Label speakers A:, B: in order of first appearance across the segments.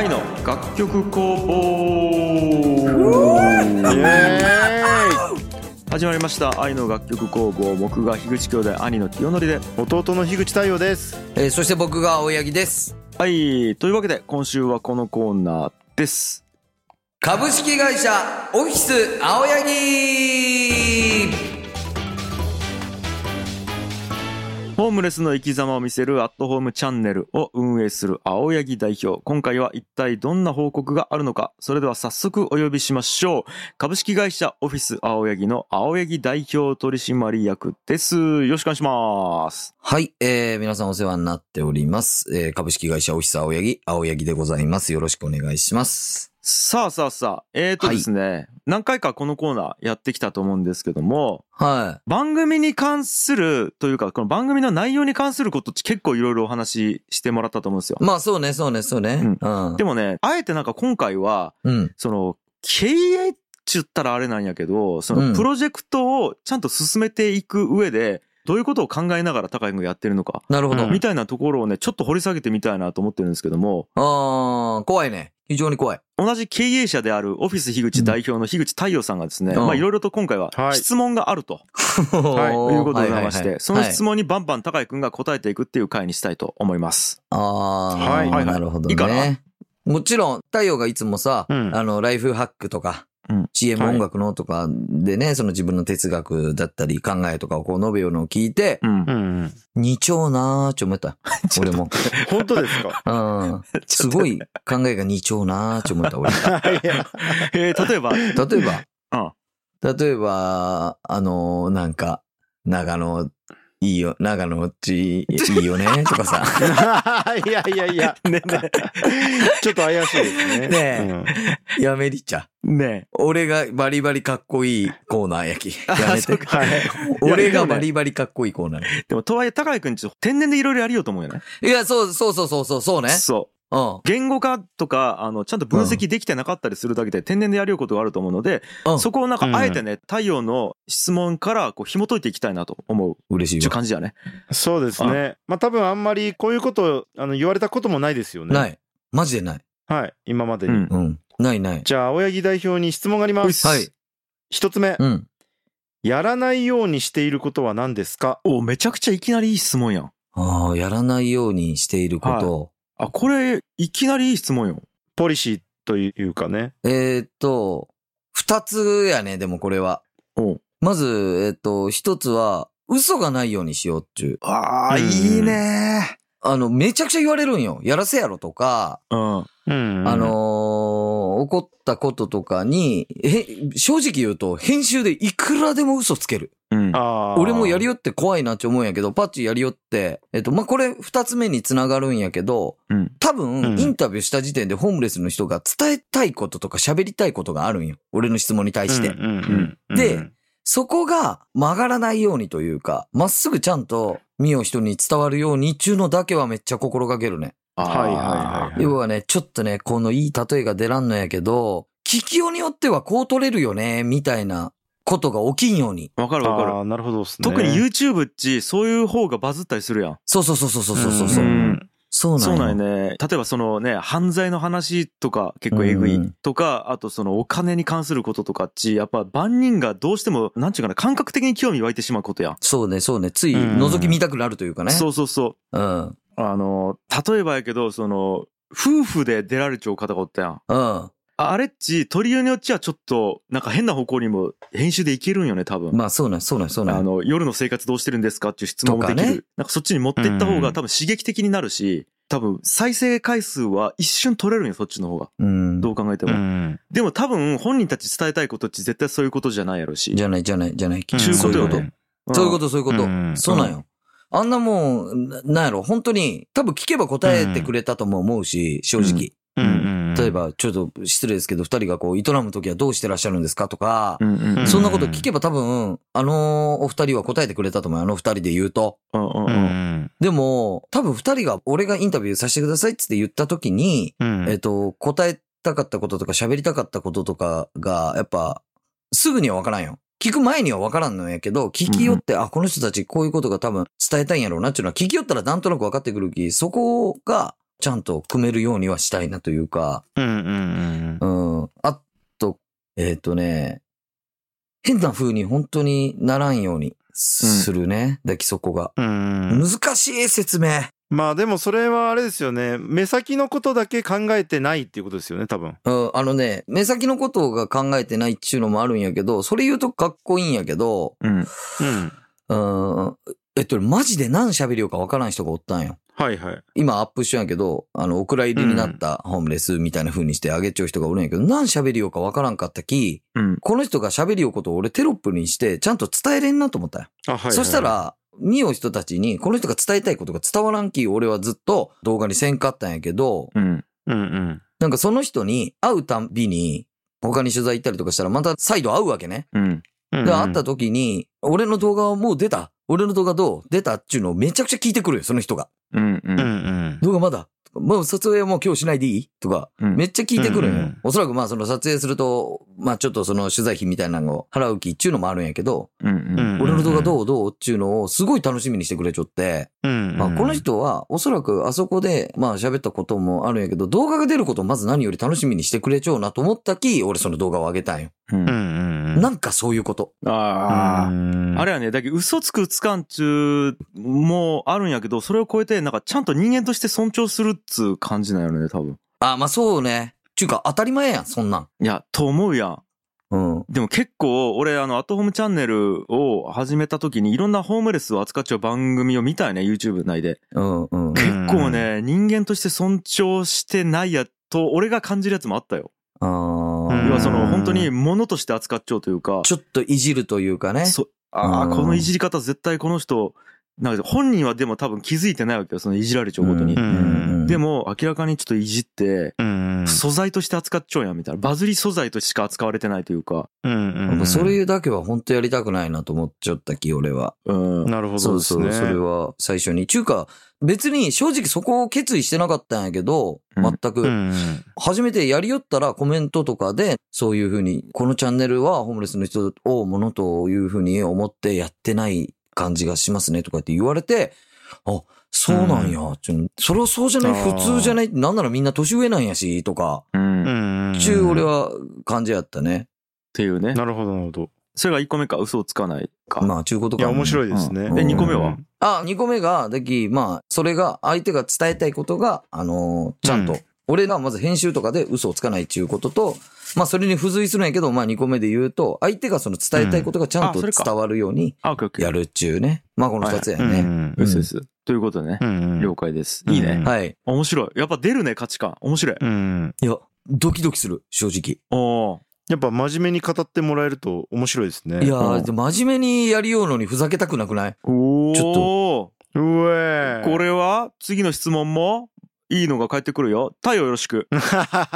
A: イの楽曲工房イエーイ始まりました愛の楽曲工房僕が樋口兄弟兄の清則で
B: 弟の樋口太陽です
C: えーそして僕が青柳です。
A: はいというわけで今週はこのコーナーです
C: 株式会社オフィス青柳
A: ホームレスの生き様を見せるアットホームチャンネルを運営する青柳代表今回は一体どんな報告があるのかそれでは早速お呼びしましょう株式会社オフィス青柳の青柳代表取締役ですよろしくお願いします
C: はい、えー、皆さんお世話になっております。えー、株式会社オフィス青柳、青柳でございます。よろしくお願いします。
A: さあさあさあ、えーと
C: はい
A: ですね、何回かこのコーナーやってきたと思うんですけども、
C: は
A: 番組に関するというか、この番組の内容に関することって結構いろいろお話ししてもらったと思うんですよ
C: い。。まあそうね、そうね、そうね。うん。
A: でもね、あえてなんか今回は、
C: うん。
A: その、経営って言ったらあれなんやけど、そうの
C: ん
A: プロジェクトをちゃんと進めていく上で、どういうことを考えながら高井君がやってるのか、
C: なるほど。
B: うん
A: みたいなところをね、ちょっと掘り下げてみたいなと思ってるんですけども、
C: あー、怖いね。非常に怖い。
A: 同じ経営者であるオフィス樋口代表の樋口太陽さんがですね、
C: うん
A: まあいろいろと今回は
B: はい
A: 質問があると
B: はい
A: い
C: と
A: うことでございまして、その質
C: 問。
A: 問にバンバン高井くんが答えていくっていう回にしたいと思います。
C: あー、
B: はいはい
A: はい
C: なるほど
A: いいかな
C: ね。もちろん、太陽がいつもさ、
B: うん
C: あの、ライフハックとか、
A: うん
C: CM
B: はい
C: 音楽のとかでね、その自分の哲学だったり考えとかをこう述べようのを聞いて、
A: うん
B: う。ん
C: 二丁なーって 思った。俺も。
B: 本当ですか
C: うん。すごい考えが二丁なーって思っ た、俺。
B: いや
A: えー例えば、
C: 例えば、例えば、あのー、なんか、長野、いいよ、長野っち、いいよね、とかさ。
B: いやいやいや
A: ねね
B: ちょっと怪しいですね
C: ねえやめりちゃ。
A: ね
C: 俺がバリバリかっこいいコーナーや き。
A: あ
C: やめ
A: そう
C: て。
A: か
B: はい
C: 俺がバリバリかっこいいコーナー。
A: でもとはいえ高井くんちょっと天然でいろいろやりようと思うよね。
C: いや、そう、そうそうそうそう、そうね。
A: そう。
C: うん。
A: 言語化とか、あの、ちゃんと分析できてなかったりするだけで天然でやりようことがあると思うので、
C: うん
A: そこをなんかあえてね、太陽の質問からこう紐解いていきたいなと思う。
C: 嬉
A: ちゅ
C: しいうわ。
A: 感じだね。
B: そうですねまあ多分あんまりこういうことをあの言われたこともないですよね
C: ない。マジでない。
B: はい今まで
A: う
B: に、
A: ん。
C: うん。ないない。
B: じゃあ青柳代表に質問があり
A: う
B: ま
A: いっ
B: す
A: す
C: はい。
B: 一つ目
C: うん。
B: やらないようにしていることは何ですか
A: お、めちゃくちゃいきなりいい質問やん。
C: ああ、やらないようにしていること。
A: あ、これ、いきなりいい質問よ。
B: ポリシーというかね
C: えーっと、二つやね、でもこれは。
A: お
C: まず、えーっと、一つは、嘘がないようにしようっていう。
A: ああ、
B: うん
A: いいね
C: あの、めちゃくちゃ言われるんよ。やらせやろとか、
A: うん。
B: うん
C: あのー怒ったこととかに、え、正直言うと、編集でいくらでも嘘つける。
A: うん。
B: あー
C: 俺もやりよって怖いなって思うんやけど、パッチやりよって、えっと、まあ、これ二つ目につながるんやけど、
A: うん
C: 多
B: うん
C: 分、インタビューした時点でホームレスの人が伝えたいこととか喋りたいことがあるんよ。俺の質問に対して。
B: うんうんうん
C: で
B: うん
C: そこが曲がらないようにというか、まっすぐちゃんと身を人に伝わるように中のだけはめっちゃ心がけるね。
A: はい
B: はいはい
C: 要はね、ちょっとね、このいい例えが出らんのやけど、聞きようによってはこう取れるよね、みたいなことが起きんように。
A: わかるわかる。
B: あーなるほどっすね
A: 特に YouTube っち、そういう方がバズったりするやん。
C: そうそうそうそうそうそうそう。
A: うん
C: そうなん
A: そう
C: よ
A: なんよね。例えばそのね、犯罪の話とか結構えぐ
C: う
A: い
C: ん
A: とか、あとそのお金に関することとかっち、やっぱ万人がどうしても、なんちゅうかな、感覚的に興味湧いてしまうことやん。
C: そうね、そうね。つい
B: うん
C: 覗き見たくなるというかね。
A: そうそうそう。
C: うん。うん。
A: あの、例えばやけど、その、夫婦で出られちゃう方がおったやん。あれっち、取りようによっちはちょっと、なんか変な方向にも編集でいけるんよね、多分。
C: まあそうなん、そうなん、そうな
A: あ
C: ん。
A: の、夜の生活どうしてるんですかっていう質問もでき
C: と
A: る。
C: かね
A: なんかそっちに持っていった方
B: うんう
A: が
B: ん
A: 多分刺激的になるし、多分再生回数は一瞬取れるんよ、そっちの方が。
C: うん。
A: どう考えて
B: う
A: も。
B: ん
A: でも多分本人たち伝えたいことって絶対そういうことじゃないやろし。
C: じゃない、じゃない、じゃない。
B: うん
A: 中
C: そう
A: 古
C: い
A: だよ
C: うこと。
A: ねん
C: そういうこと、そういうこと。
B: うん
C: そうなんよ。あんなもん、ななんやろ、本当に、多分聞けば答えてくれたとも思うし、正直。
B: うんうん
C: 例えば、ちょっと失礼ですけど、二人がこう、営む時はどうしてらっしゃるんですかとか
A: う、んうんうん
C: そんなこと聞けば多分、あのーお二人は答えてくれたと思うよ。あの二人で言うと。
A: うんうん
B: う
A: うん
B: ん
C: でも、多分二人が、俺がインタビューさせてくださいっつって言った時に、
B: うん
C: えっと、答えたかったこととか喋りたかったこととかが、やっぱ、すぐには分からんよ。聞く前には分からんのやけど、聞きよって、あ、この人たちこういうことが多分伝えたいんやろうなっていうのは、聞きよったらなんとなく分かってくるき、そこがちゃんと組めるようにはしたいなというか、
B: うんうんうん
C: うん。あと、えっ、とね、変な風に本当にならんようにするね。抱きそこが。
B: うんうんうん。
C: 難しい説明。
B: まあでもそれはあれですよね。目先のことだけ考えてないっていうことですよね、多分。
C: うん、あのね、目先のことが考えてないっちゅうのもあるんやけど、それ言うとかっこいいんやけど、
A: うん。
B: うん。
C: うん、えっと、マジで何喋りようかわからん人がおったんよ。
B: はいはい。
C: 今アップしようんやけど、あの、お蔵入りになったホームレスみたいな風にしてあげちゃう人がおるんやけど、何喋りようかわからんかったき、
A: うん。
C: この人が喋りようことを俺テロップにして、ちゃんと伝えれんなと思ったんよ。
B: あ、はい、はい。
C: そした、ら、見よう人たちに、この人が伝えたいことが伝わらんき、俺はずっと動画にせんかったんやけど、
A: うん。
B: うんうん。
C: なんかその人に会うたんびに、他に取材行ったりとかしたら、また再度会うわけね。
A: うん。
B: うんうん
C: で、会った時に、俺の動画はもう出た俺の動画どう出たっていうのをめちゃくちゃ聞いてくるよ、その人が。
A: うん。う
B: うん
A: ん。
B: うん。
C: 動画まだもう撮影はもう今日しないでいいとか、
A: うん
C: めっちゃ聞いてくるの
B: うんう
C: よ
B: ん。
C: おそらくまあその撮影すると、まあちょっとその取材費みたいなのを払う気っていうのもあるんやけど、
A: うん。うん。
C: 俺の動画どうどうっていうのをすごい楽しみにしてくれちょって、
B: うんうん、
C: まあ、この人はおそらくあそこでまあ喋ったこともあるんやけど、動画が出ることをまず何より楽しみにしてくれちゃうなと思ったき、俺その動画を上げたんよ。
A: うん
B: うんうんうん。
C: なんかそういうこと。
A: ああ。
B: うん
A: あれはね、だけど嘘つくつかんちゅうもあるんやけど、それを超えて、なんかちゃんと人間として尊重するっつう感じなんやろね、多分。
C: あ、まあそうね。ちゅうか当たり前やん、そんなん。
A: いや、と思うやん。
C: うん。
A: でも結構、俺、あの、アットホームチャンネルを始めた時に、いろんなホームレスを扱っちゃう番組を見たよね、YouTube 内で。
C: うんうん。
A: 結構ね、人間として尊重してないやと、俺が感じるやつもあったよ。
C: あ
B: うん
C: ー
A: 要はその、本当に物として扱っちゃうというか、
C: ちょっといじるというかね。
A: そああ、
C: うん
A: このいじり方絶対この人、なんか本人はでも多分気づいてないわけよ、そのいじられちゃうことに。
B: うん
A: で、も、明らかにちょっといじって、
B: うんうん。
A: 素材として扱っちゃうやんみたいな。バズり素材としか扱われてないというか。
B: うんうん
C: や
B: う
C: っぱ
B: ん。
C: それだけは本当やりたくないなと思っちゃったき、俺は。
A: うん。
B: なるほどです
C: そう
B: ね。
C: そう、それは最初に。ちゅうか、別に正直そこを決意してなかったんやけど、
A: うん
C: 全
B: う
C: く。
B: んうん。
C: 初めてやりよったらコメントとかで、そういうふうに、このチャンネルはホームレスの人をものというふうに思ってやってない感じがしますねとかって言われて、あ、そうなんや。ちゅうそれはそうじゃない、
B: あー
C: 普通じゃない、なんならみんな年上なんやし、とか、
A: うん。
B: う
A: っ
B: んうん。
C: ちゅう俺。は感じやったね。
A: ていうね。
B: なるほど、なるほど。
A: それが1個目か、嘘をつかないか。
C: まあ、ちゅうこと
B: い
C: か。
B: や、面白いですね。
C: うんで二個目
A: は
C: あ、2個目が、だき、まあ、それが、相手が伝えたいことが、あのーちゃんと、
B: うん
C: 俺がまず編集とかで嘘をつかないっていうことと、まあ、それに付随するんやけど、まあ、2個目で言うと、相手がその伝えたいことがちゃん
A: うんあ
C: と
A: それか
C: 伝わるように
A: あ、オッケーオッケー
C: やるっちゅうね。まあ、この2つや
B: うんう
C: ね。
B: ん。
C: うん
A: 嘘です。ということでね
B: う。んうん
A: 了解です。いいね。
C: はい。
A: 面白い。やっぱ出るね、価値観。面白い。
B: うん。
C: いや、ドキドキする、正直。
A: おー
B: やっぱ真面目に語ってもらえると面白いですね。
C: いや
A: うん
C: ー、でも真面目にやりようのにふざけたくなくない
A: おー。
C: ち
A: ょ
B: うえ
A: これは、次の質問も、いいのが返ってくるよ。太陽よろしく。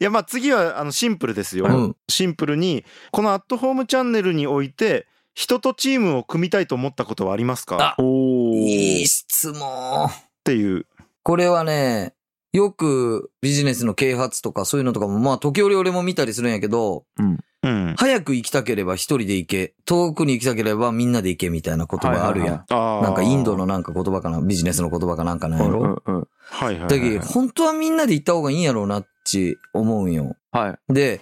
B: いやまあ次はあのシンプルですよ、
C: うん
B: シンプルにこの「アットホームチャンネル」において人とチームを組みたいと思ったことはありますか
C: あ
A: お
C: いい
A: ー。
C: 質問。
B: っていう
C: これはね、よくビジネスの啓発とかそういうのとかも、まあ、時折俺も見たりするんやけど、
B: うん
C: 早く行きたければ一人で行け、遠くに行きたければみんなで行けみたいな言葉あるやん。
B: あー
C: なんかインドのなんか言葉かな、ビジネスの言葉かなんかなんや
A: うんうん
C: ろ。
A: うん。
B: はいはい
C: だ
B: は
C: け
B: い、
C: ど、本当はみんなで行った方がいいんやろうなっち思うんよ。
A: はい。
C: で、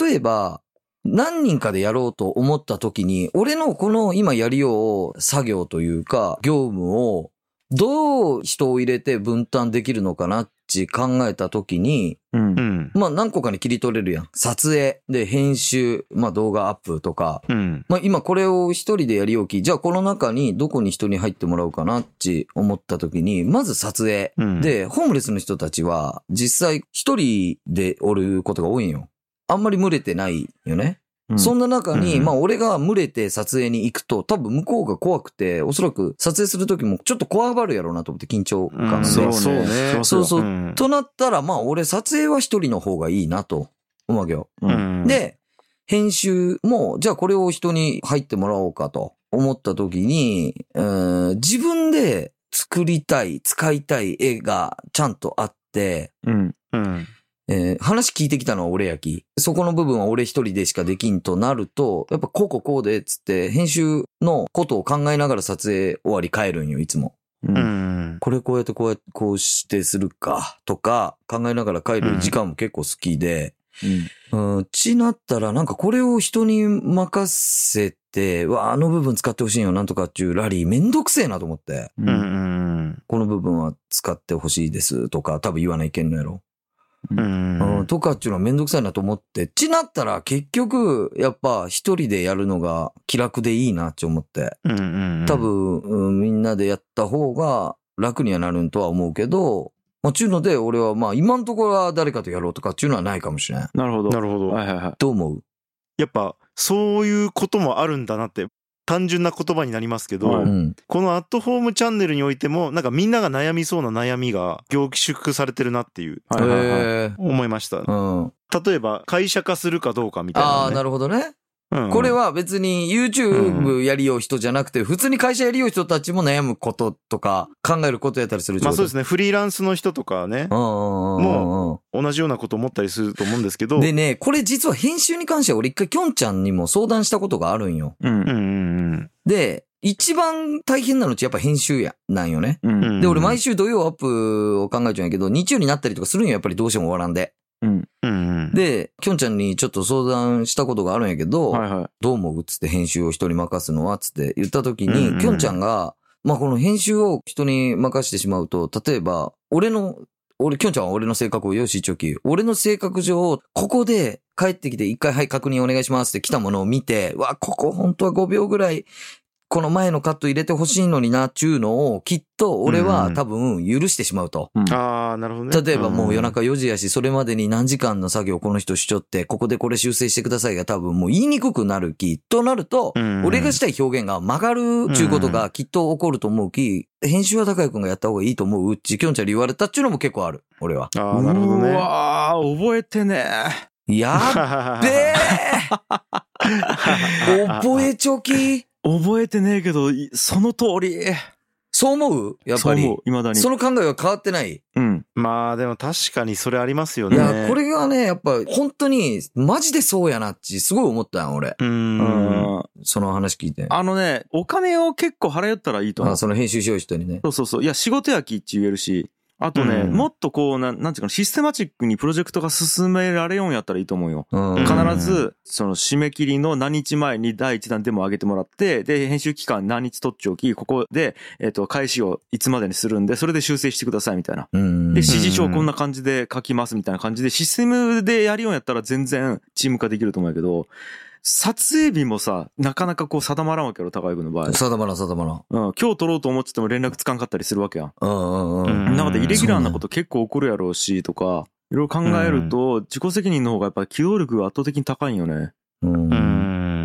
C: 例えば、何人かでやろうと思った時に、俺のこの今やりよう作業というか、業務を、どう人を入れて分担できるのかなっち考えた時に、
A: うん
B: う。ん
C: まあ何個かに切り取れるやん。撮影、で編集、まあ動画アップとか、
B: うん
C: まあ今これを一人でやりおき、じゃあこの中にどこに人に入ってもらおうかなって思った時に、まず撮影。
B: うん
C: で、ホームレスの人たちは実際一人でおることが多いんよ。あんまり群れてないよね。
A: うん
C: そんな中に、
B: うん
C: まあ俺が群れて撮影に行くと、多分向こうが怖くて、おそらく撮影する時もちょっと怖がるやろうなと思って緊張
B: うん
C: 感で。
A: そうね
B: そうね
C: そうそう
B: うん
C: となったら、まあ俺撮影は一人の方がいいなと思うわけよ。
B: うん
C: で、編集も、じゃあこれを人に入ってもらおうかと思った時に、うーん自分で作りたい、使いたい絵がちゃんとあって、
A: うん。
B: うん
C: えー話聞いてきたのは俺やき。そこの部分は俺一人でしかできんとなると、やっぱこうこうこうでっつって、編集のことを考えながら撮影終わり帰るんよ、いつも。
A: う。
B: うんん。
C: これこうやってこうやってこうしてするかとか考えながら帰る時間も結構好きで、うん、ちなったらなんかこれを人に任せて、うわ、あの部分使ってほしいよなんとかっていうラリーめんどくせえなと思って、
A: う。
B: うんん。
C: この部分は使ってほしいですとか多分言わないけんのやろ。
B: う
C: うんん、。とかっていうのはめんどくさいなと思って、ちなったら結局やっぱ一人でやるのが気楽でいいなって思って。
B: うん。
C: 多。分、うんみんなでやった方が楽にはなるんとは思うけど、まあ、ちゅうので、俺はまあ、今のところは誰かとやろうとかっていうのはないかもしれん。
A: なるほど。
B: なるほど。
A: はいはいはい。
C: どう思う
B: やっぱそういうこともあるんだなって単純な言葉になりますけど、
A: は
C: う
A: い
C: ん。
B: この「アットホームチャンネル」においてもなんかみんなが悩みそうな悩みが凝縮されてるなっていう
A: はいはいはい。
C: へえ
B: 思いました
C: うん。あ
B: 例えば会社化するかどうかみたいな、ね、
C: あー、なるほどね。
B: うん
C: これは別に YouTube やりよう人じゃなくて、普通に会社やりよう人たちも悩むこととか、考えることやったりする
B: まあそうです
C: ね。
B: ねフリーランスの人とかね
C: うんうんうんうんうん。
B: 同じようなこと思ったりすると思うんですけど
C: でね、これ実は編集に関しては俺一回きょんちゃんにも相談したことがあるんよ。
A: うん
B: うんうん
C: で、一番大変なのってやっぱ編集や、なんよね。
A: う。
B: うんん
A: う。
B: うんん
C: で、俺毎週土曜アップを考えちゃうんやけど、日曜になったりとかするんよ、やっぱりどうしても終わらんで。
A: うん。
B: うん
C: で、きょんちゃんにちょっと相談したことがあるんやけど、
A: はいはい。
C: どう思うつって編集を人に任すのはつって言った時
B: うんうん
C: に、きょんちゃんが、まあこの編集を人に任してしまうと、例えば、俺の、俺、きょんちゃんは俺の性格をよしちょき、俺の性格上、ここで帰ってきて一回はい確認お願いしますって来たものを見て、わ、ここ本当は5秒ぐらい、この前のカット入れてほしいのにな、ちゅうのをきっと俺は多分許してしまうと。
B: ああなるほどね
C: 例えばもう夜中4時やし、それまでに何時間の作業をこの人しちょって、ここでこれ修正してくださいが多分もう言いにくくなるき、となると、俺がしたい表現が曲がるちゅうことがきっと起こると思うき、編集は高井くんがやった方がいいと思ううっち、きょんちゃんに言われたっちゅうのも結構ある、俺は。
B: ああなるほどね
A: うわー、覚えてね
C: やっべえ覚えちょき
A: 覚えてねえけど、いその通り。
C: そう思うやっぱ
A: そう
C: り
A: 思。う、未だに
C: そ。の考えは変わってない。
A: うん。
B: まあでも確かにそれありますよ
C: い
B: ね
C: や、これがね、やっぱ本当に、マジでそうやなっち、すごい思ったん、俺。
B: うん
A: うん
C: その話聞いて。
A: あのね、お金を結構払いよったらいいと思
C: あ
A: う。
C: その編集しよう人にね。
A: そうそうそう。いや、仕事やきって言えるし、あとね、
B: うん
A: もっとこう、なん、なんていうかな、システマチックにプロジェクトが進められようんやったらいいと思うよ。
C: うん
B: うん
A: 必ず、その締め切りの何日前に第一弾でも上げてもらって、で、編集期間何日取っておき、ここで、えっ、と、開始をいつまでにするんで、それで修正してくださいみたいな。
C: うん
A: で、指示書をこんな感じで書きますみたいな感じで、システムでやるようんやったら全然チーム化できると思うんやけど、撮影日もさ、なかなかこう定まらんわけやろ、高井君の場合。
C: 定まらん定まらん。
A: うん、今日撮ろうと思ってても連絡つかんかったりするわけやん。
C: うんうんう。
B: うんん
A: なんかでイレギュラーなこと結構起こるやろうしとか、いろいろ考えると、自己責任の方がやっぱ機動力が圧倒的に高いんよね。
C: うん
B: う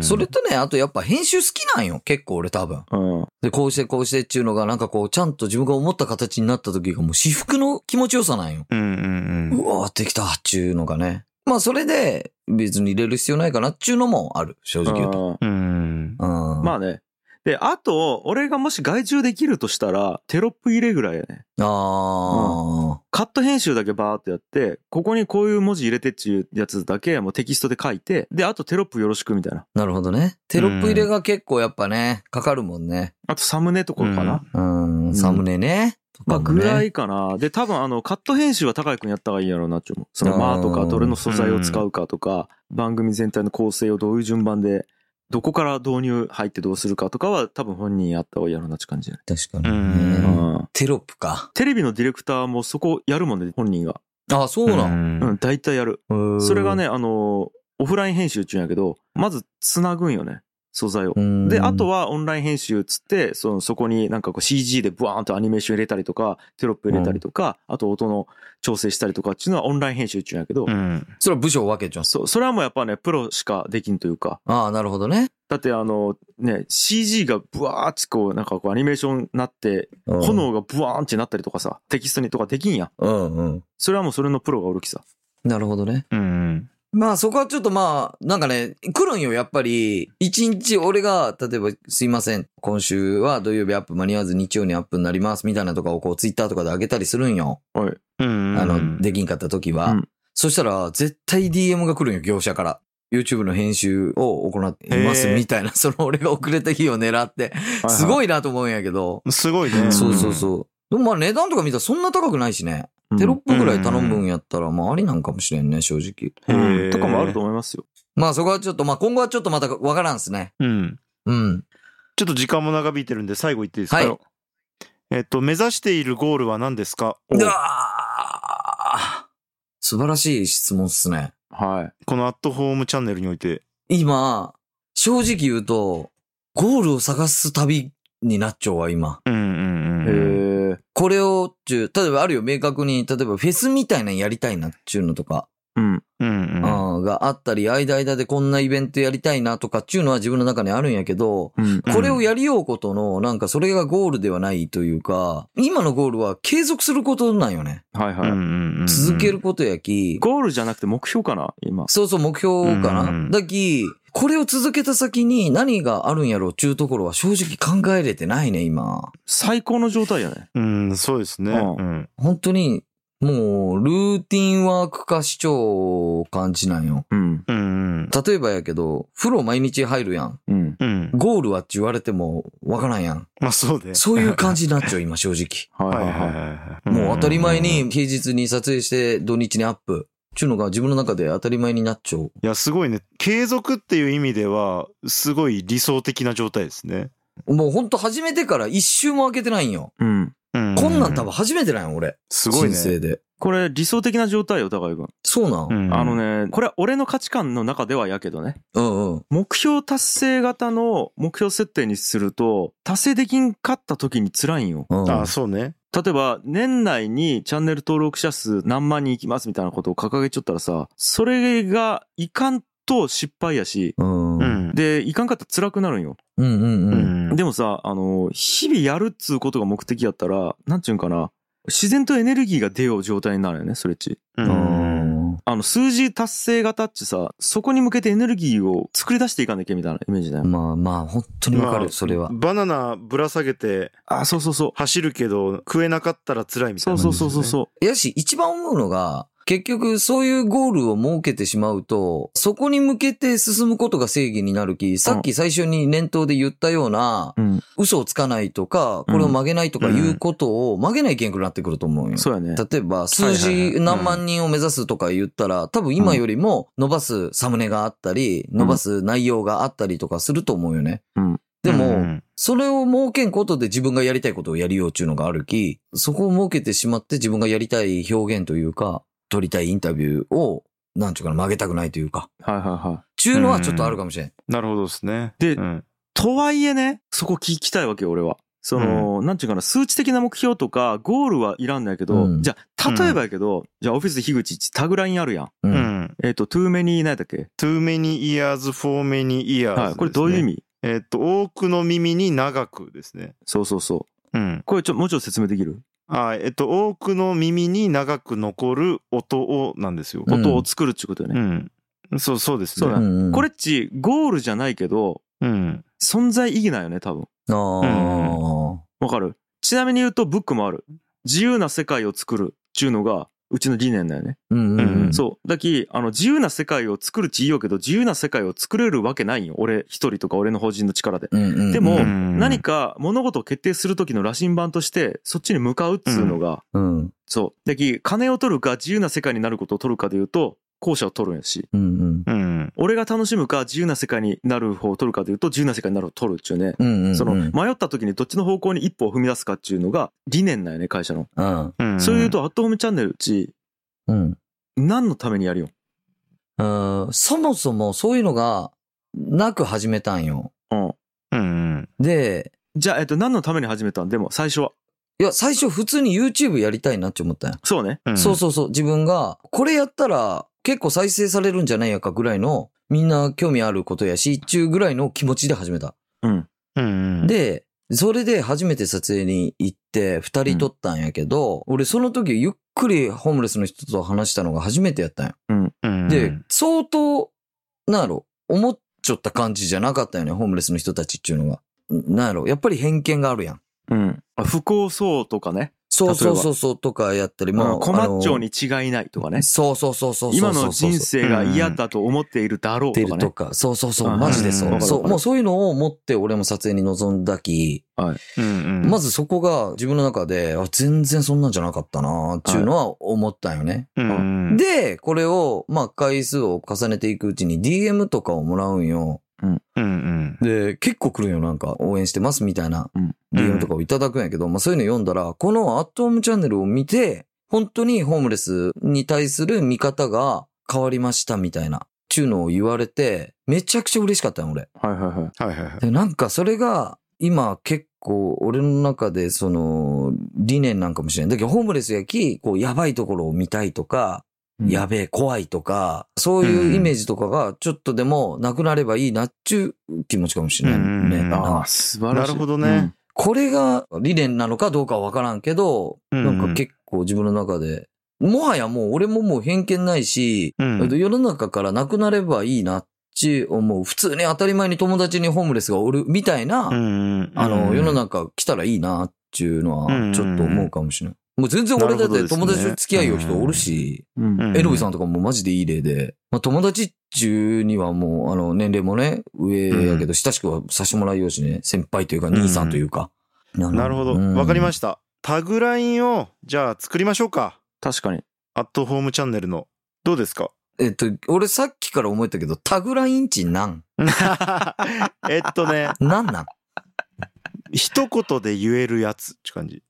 B: ん
C: それとね、あとやっぱ編集好きなんよ。結構俺多分。
A: うん。
C: で、こうしてこうしてっていうのがなんかこう、ちゃんと自分が思った形になった時がもう至福の気持ちよさなんよ。
B: うんうんうん
C: うわーできたっていうのがね。まあそれで別に入れる必要ないかなっていうのもある。正直言うと。
A: うん
B: うん
C: うん。
A: ま
C: あ
A: あね。で、あと、俺がもし外注できるとしたら、テロップ入れぐらいやね。
C: あ
A: カット編集だけバーってやって、ここにこういう文字入れてっていうやつだけもうテキストで書いて、で、あとテロップよろしくみたいな。
C: ー、なるほどね。テロップ入れが結構やっぱね、かかるもんね。
A: あとサムネとかかな。
C: うん。サムネね。と
A: ま
C: か
A: あ
C: も
A: ぐ
C: ね
A: らいかな。で、多分あの、カット編集は高井くんやった方がいいやろうなって思う。その
C: あー
A: 間とか、どれの素材を使うかとか、番組全体の構成をどういう順番で、どこから導入入ってどうするかとかは多分本人やった方がいいやろうなって感じだね。
C: 確かに
B: う
C: ね。
A: うん
C: テロップか。
A: テレビのディレクターもそこやるもんね、本人が。
C: ああ、そうなん。
A: うんん、大体やる。それがね、あの、オフライン編集中やけど、まず繋ぐんよね、素材を。
C: うん、
A: で、あとはオンライン編集っつって、そのそこになんかこう CG でブワーンとアニメーション入れたりとか、テロップ入れたりとか、あと音の調整したりとかっていうのはオンライン編集中やけど、
B: うん
C: それは部署を分けちゃうんです。
A: そそれはもうやっぱね、プロしかできんというか、
C: ああ、なるほどね。
A: だってあのね、CG がブワーッてこうなんかこうアニメーションになって、
C: うん。
A: 炎がブワーンってなったりとかさ、テキストにとかできんやん。
C: うんうん。
A: それはもうそれのプロがおるきさ。
C: なるほどね。
B: うん
C: まあそこはちょっとまあ、なんかね、来るんよ、やっぱり。一日俺が、例えばすいません、今週は土曜日アップ間に合わず日曜にアップになります、みたいなとかをこうツイッターとかで上げたりするんよ。
B: うん
C: あの、できんかった時は。
A: うん
C: そしたら、絶対 DM が来るんよ、業者から。 YouTube の編集を行っています
B: へー
C: みたいな、その俺が遅れた日を狙って、すご
A: い。
C: いなと思うんやけど。
B: すごいね。
C: そうそうそう。でもまあ値段とか見たらそんな高くないしね。テロップぐらい頼むんやったら、まあありなんかもしれんね、正直。
A: うん
B: へー
A: とかもあると思いますよ。
C: まあそこはちょっと、まあ今後はちょっとまたわからんっすね。
B: うん。
C: うん。
B: ちょっと時間も長引いてるんで最後言っていいですか、
C: はい
B: えっと、目指しているゴールは何ですか
C: うわー素晴らしい質問っすね。
A: は
B: このアットホームチャンネルにおいて。
C: 今、正直言うと、ゴールを探す旅になっちゃうわ、今。
B: うんう
A: い。
B: んう
A: へ
B: ん。
A: え。
C: これを、ちゅう、例えばあるよ、明確に、例えばフェスみたいなのやりたいなっちゅうのとか、
A: うん。
B: うんうん。
C: うん、があったり、間間でこんなイベントやりたいなとかっちゅうのは自分の中にあるんやけど、
A: うん。
C: これをやりようことの、なんかそれがゴールではないというか、今のゴールは継続することなんよね。
A: はい
B: うんう
A: はい。
B: んうん
C: 続ける。ことやき、
A: ゴールじゃなくて目標かな今。
C: そうそう、目
B: う
C: 標か
B: んう
C: な。
B: ん
C: だき、これを続けた先に何があるんやろうちゅうところは正直考えれてないね、今。
A: 最高の状態やね。
B: うん、そうですね。
A: うん
B: うん。
C: 本当に、もう、ルーティンワーク化しちょう感じなんよ。
A: うん。
B: うんうん。
C: 例えばやけど、風呂毎日入るやん。
A: うん。
B: うん。
C: ゴールはって言われてもわからんやん。
B: まあそうね。
C: そういう感じになっちゃう、今、正 直。
A: はい
B: はい
A: は
B: はいいはい
A: は
B: はい。
C: もう当たり前に平日に撮影して土日にアップ。ちゅうのが自分の中で当たり前になっちゃう。
B: いや、すごいね。継続っていう意味では、すごい理想的な状態ですね。
C: もうほんと始めてから一周も開けてないんよ。
A: い。うん。
B: うん
C: こんなん多分。初めてなんよ、俺。
B: すごいね。
C: 人生で。
A: これ理想的な状態よ、高井君。
C: そうなん、
B: うん
A: あのね、これは俺の価値観の中ではやけどね。
C: うんうん。
A: 目標達成型の目標設定にすると、達成できんかった時に辛いんよ。
C: うん、
B: あ、そうね。
A: 例えば、年内にチャンネル登録者数何万人いきますみたいなことを掲げちゃったらさ、それがいかんと失敗やし、
C: うん。う
B: うんん。
A: で、いかんかったら辛くなるんよ。
C: うんうん。
A: でもさ、あの、日々やるっつうことが目的やったら、なんちゅうんかな、自然とエネルギーが出よう状態になるよね、ストレッチ。
B: う。
C: うんん。
A: あの、数字達成型ってさ、そこに向けてエネルギーを作り出していかなきゃみたいなイメージだよね。
C: まあまあ、本当にわか
B: まあ
C: る、それは。
B: バナナぶら下げて
A: あ、そうそうそう。
B: 走るけど食えなかったら辛いみた
A: そ
B: いうな
A: そ
B: 感
A: う
B: じ
A: そ
B: で
A: う
B: すね、
A: そうそう。
C: やし、一番思うのが、結局、そういうゴールを設けてしまうと、そこに向けて進むことが正義になるき、さっき最初に念頭で言ったような、
A: うん。
C: 嘘をつかないとか、これを曲げないとかいうことを曲げないけんくなってくると思うよ。
A: そうやね。
C: 例えば、数
B: はいはいは
C: 字
B: い
C: 何万人を目指すとか言ったら、多分今よりも伸ばすサムネがあったり、伸ばす内容があったりとかすると思うよね。
A: うん
C: でも、
B: うん
C: それを設けんことで自分がやりたいことをやりようっていうのがあるき、そこを設けてしまって自分がやりたい表現というか、撮りたいインタビューを、なんちゅうかな、曲げたくないというか、
A: はいはいはい。
C: ちゅうのはちょっとあるかもしれん。
B: なるほどですね。
A: で
B: うん
A: とはいえね、そこ聞きたいわけよ、俺は。その、なんていうかな、数値的な目標とか、ゴールはいらんのやけど、
C: うん
A: じゃあ、例えばやけど、じゃあ、オフィス樋口ってタグラインあるやん。
B: う
C: う。
B: んん。
A: えっ、と、too many 何だっけ
B: too many years for many years、
A: はい。これどういう意
B: 味
A: 味、
B: えっと、多くの耳に長くですね。
A: そうそうそう。
B: うん。
A: これちょ、もうちょっと説明できる
B: あえっと、多くの耳に長く残る音をなんですよ。
C: うん
A: 音を作るってことよ
B: う
A: ね。
B: ん。そう、そうです
A: そう
B: ね。
A: だ
C: うん
A: これっち、ゴールじゃないけど、
B: うん。
A: 存在意義なんよね、多分。
C: あー
A: わかるちなみに言うと、ブックもある。自由な世界を作るっていうのが、うちの理念だよね。
C: うんうんうん。
A: そう。だき、あの、自由な世界を作るちいいよけど、自由な世界を作れるわけないんよ。俺一人とか俺の法人の力で。
C: うんうんうん。
A: でも
B: うん
A: 何か物事を決定する時の羅針盤として、そっちに向かうっつうのが、
C: うん。
A: そう。だき、金を取るか自由な世界になることを取るかで言うと、後者を取るんやし。
C: うんう
B: う
C: ん。
B: ん。
A: 俺が楽しむか自由な世界になる方を取るかで言うと、自由な世界になる方を取るっちゅうね。
C: うんうんうん。
A: その、迷った時にどっちの方向に一歩を踏み出すかっていうのが理念なんよね、会社の。
C: うん。
B: うん
A: それ言うと、アットホームチャンネルうち、
C: うん。
A: 何のためにやるよ。
C: うんそもそもそういうのがなく始めたんよ。
A: うん。
B: うん。
C: で、
A: じゃあ、えっと、何のために始めたんでも、最初は。
C: いや、最初普通に YouTube やりたいなって思ったんよ。
A: そうね。
B: うん。
C: そうそうそう。自分が、これやったら結構再生されるんじゃないやかぐらいの、みんな興味あることやし、中ぐらいの気持ちで始めた。
A: うん。
B: うん。うん、
C: で、それで初めて撮影に行って、二人撮ったんやけど、俺その時ゆっくりホームレスの人と話したのが初めてやったんよ。
B: うん
C: で、相当、なんやろ、思っちょった感じじゃなかったよね、ホームレスの人たちっていうのが。んなんやろ、やっぱり偏見があるやん。
A: うん。不幸そうとかね。
C: そう
A: 例え
C: そ
A: ば
C: うそうそうとかやったり、ま
A: ま
C: あ、
A: あ、困っちょう
C: に
A: に違いないとかね。
C: そうそうそうそうそうそう
A: 今
C: そう。
A: の人生が嫌だと思っているだろう
C: って
A: と
C: る
A: か
C: と
A: ね。
C: か、そうそうそうう、
A: ん
C: マジでそ
B: うん
A: わ
C: う。
A: かる
C: そ
A: わ
C: う、
A: かる
C: もうそういうのを持って俺も撮影に臨んだき、
B: うんうん
C: まずそこが自分の中で、あ、全然そんなんじゃなかったなっていうのは思ったんよね。
B: うんうん
C: で、これを、まあ、回数を重ねていくうちに DM とかをもらうんよ。
B: うん
C: で、結構来るんよ、なんか、応援してますみたいな
A: うん
C: DM とかをいただくんやけど、まあ、そういうの読んだら、このアットホームチャンネルを見て、本当にホームレスに対する見方が変わりましたみたいな、ちゅうのを言われて、めちゃくちゃ嬉しかったんよ、俺。
A: はいはいはい。
B: はいはいはい
C: でなんかそれが今結構俺の中でその理念なんかもしれない。だけどホームレスやき、こうやばいところを見たいとか、やべえ怖いとか、そういうイメージとかがちょっとでもなくなればいいなっちゅう気持ちかもしれないね。
B: うん
C: なん
A: ああ、
C: か
A: 素晴らしい。
B: なるほどね
C: これが理念なのかどうかはわからんけど、
B: うん
C: なんか結構自分の中で、もはやもう俺ももう偏見ないし、
B: うん
C: 世の中からなくなればいいなっちゅう思う。普通に当たり前に友達にホームレスがおるみたいな、
B: うん
C: あの、世の
B: 中
C: 中来たらいいなっていうの
B: うん
C: は、ちょっと思うかもしれない。もう全然俺だっ
B: なるほど
C: て
B: ですね
C: 友達と付き合いよう人おるし、
A: うん。
B: う
A: うんん。
C: エロビさんとかもマジでいい例で、まあ、友達っちゅうにはもう、あの、年齢もね、上やけど、親しくはさしてもらいようしね、先輩というか、兄さんというか。
B: なるほどわかりま
C: し
B: したタグラインをじゃあ作りましょうか
A: 確かに。
B: アットホームチャンネルのどうです か
C: た。えっと、俺さっきから思えたけど、タグラインチなん
B: えっとね
C: なんなんあ
B: 一言で言えるやつって感じ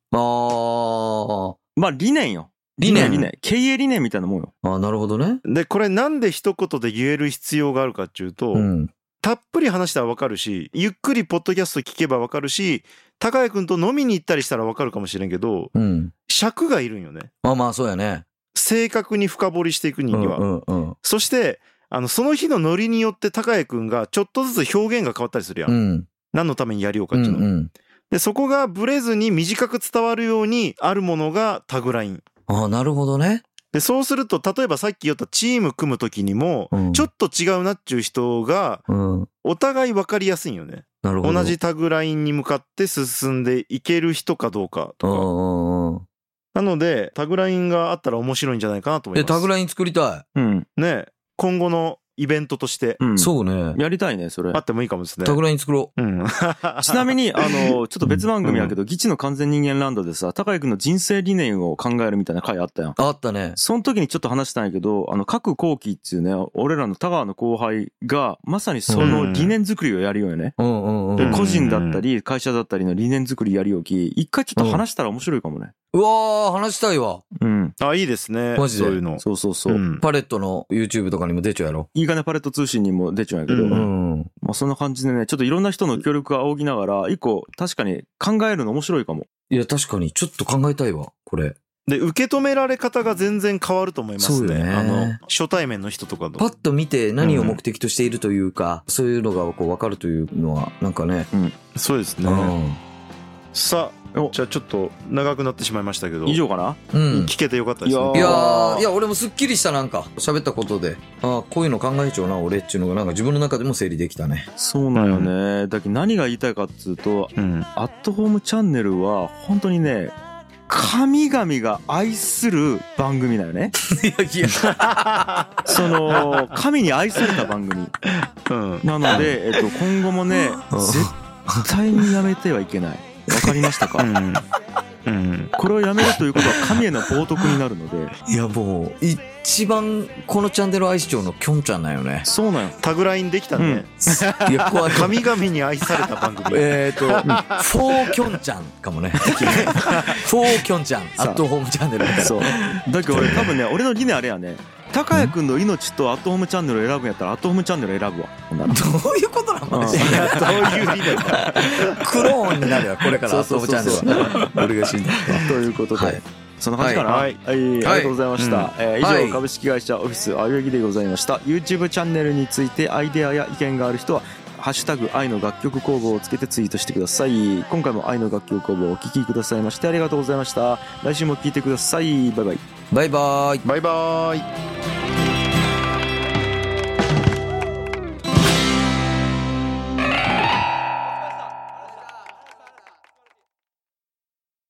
C: ー
A: まあ、理念よ。
C: 理念
A: 理念。経営理念みたいなもんよ。
C: あー、なるほどね。
B: でこれなんで一言で言える必要があるかっていうと、
C: うん。
B: たっぷり話したらわかるしゆっくりポッドキャスト聞けばわかるし高谷君と飲みに行ったりしたらわかるかもしれんけど
C: うん。
B: 尺がいるんよね
C: まあまあ、そうやね。
B: 正確に深掘りしていくに
C: うん
B: は、
C: うんうん。
B: そしてあのその日のノリによって高谷君がちょっとずつ表現が変わったりするやん、
C: うん。
B: 何のためにやりようか
C: う
B: っ
C: ん
B: ていうの、
C: うん。
B: でそこがブレずに短く伝わるようにあるものがタグライン
C: ああ、なるほどね。
B: でそうすると例えばさっき言ったチーム組む時にも、
C: うん
B: ちょっと違うなっちゅう人が
C: うん。
B: お互い分かりやすいんよね
C: なるほど。
B: 同じタグラインに向かって進んでいける人かどうか
C: うんう
B: と
C: んうん。
B: かなのでタグラインがあったら面白いんじゃないかなと思い
C: え、
B: ます
C: タグライン作りた
A: うん。
B: ね今後のイベントとして
A: うん。
C: い。
A: う。
C: そうね。
A: やりたいね、それ
B: あ。ってもいいかもですね
C: タグライン作ろ
B: うん
A: ちなみに、あの、ちょっと別番組やけど、ギチの完全人間ランドでさ、高井くんの人生理念を考えるみたいな回あったやん。
C: う。あったね。
A: その時にちょっと話したんやけど、あの、各後期っていうね、俺らの田川の後輩が、まさにその理念作りをやるようよね。
C: うんうんう
A: で
C: ん。
A: 個人だったり、会社だったりの理念作りやりおき、一回ちょっと話したら面白いかもね。
C: うわー、話したいわ。
A: うん。
B: あいいですね
C: マジで
B: そういうの
A: そうそうそう。
B: ん
C: パレットの YouTube とかにも出ちゃうやろ。
A: いいかねパレット通信にも出ちゃうんやけど、
B: うん
C: うん。
A: まあそんな感じでね、ちょっといろんな人の協力を仰ぎながら、一個確かに考えるの面白いかも。
C: いや、確かに、ちょっと考えたいわ、これ。
B: で受け止められ方が全然変わると思います
C: そう
B: ね
C: よね
B: あの初対面の人とかと
C: パッと見て何を目的としているというか、そういうのがこう分かるというのは、なんかね。
B: そうです
C: う
B: ね
C: ん。
B: さあ
A: お
B: じゃあちょっと長くなってしまいましたけど
A: 以上かな
C: うん。
B: 聞けてよかったです
A: いや
B: ね
C: いや
A: あー
C: ーいや、俺もすっきりした、なんか。喋ったことで。ああ、こういうの考えちゃうな、俺っていうのが、なんか自分の中でも整理できたね。
A: そうなんよね。だけど何が言いたいかっつうと、
B: うん
A: アットホームチャンネルは、本当にね、神々が愛する番組だよね。
C: いやいや。
A: その、神に愛された番組。
B: うん
A: なので、えっと、今後もね、
C: うん
A: 絶対にやめてはいけない。わかりましたか
B: うんうん
A: これをやめるということは神への冒涜になるので、。
C: いやもう、一番このチャンネル愛視聴のきょんちゃんなんよね
A: そうなんよ。
B: タグラインできたね
C: いや、怖い。
B: 神々に愛された番組
C: えっと、フォーきょんちゃんかもね。 フォーきょんちゃん、ア
A: あ
C: ットホームチャンネルみたいな。
A: そう。だけど俺多分ね、俺の理念あれやね。高谷くんの命とアットホームチャンネルを選ぶんやったら、アットホームチャンネル選ぶわ。ほんなら
C: どういうことなの
A: うん
C: マジで
B: いやどういう理念だ
C: クローンになるよ、これから、
A: そ
C: ア
A: う
C: ット
A: そう
C: ホーム
A: そ
C: チ
A: う
C: ャン
A: そう
C: ネルは。俺が死んだ。
A: ということで、
C: はい
A: そんな感じかな、
B: は
A: はいいありがとうございました、
B: はい
A: えー以上、
C: はい
A: 株式会社オフィスあゆぎでございました YouTube チャンネルについてアイデアや意見がある人は「ハッシュタグ愛の楽曲工房」をつけてツイートしてください今回も愛の楽曲工房をお聴きくださいましてありがとうございました来週も聴いてくださいバイバイ
C: バイバーイ。
B: バイバーイ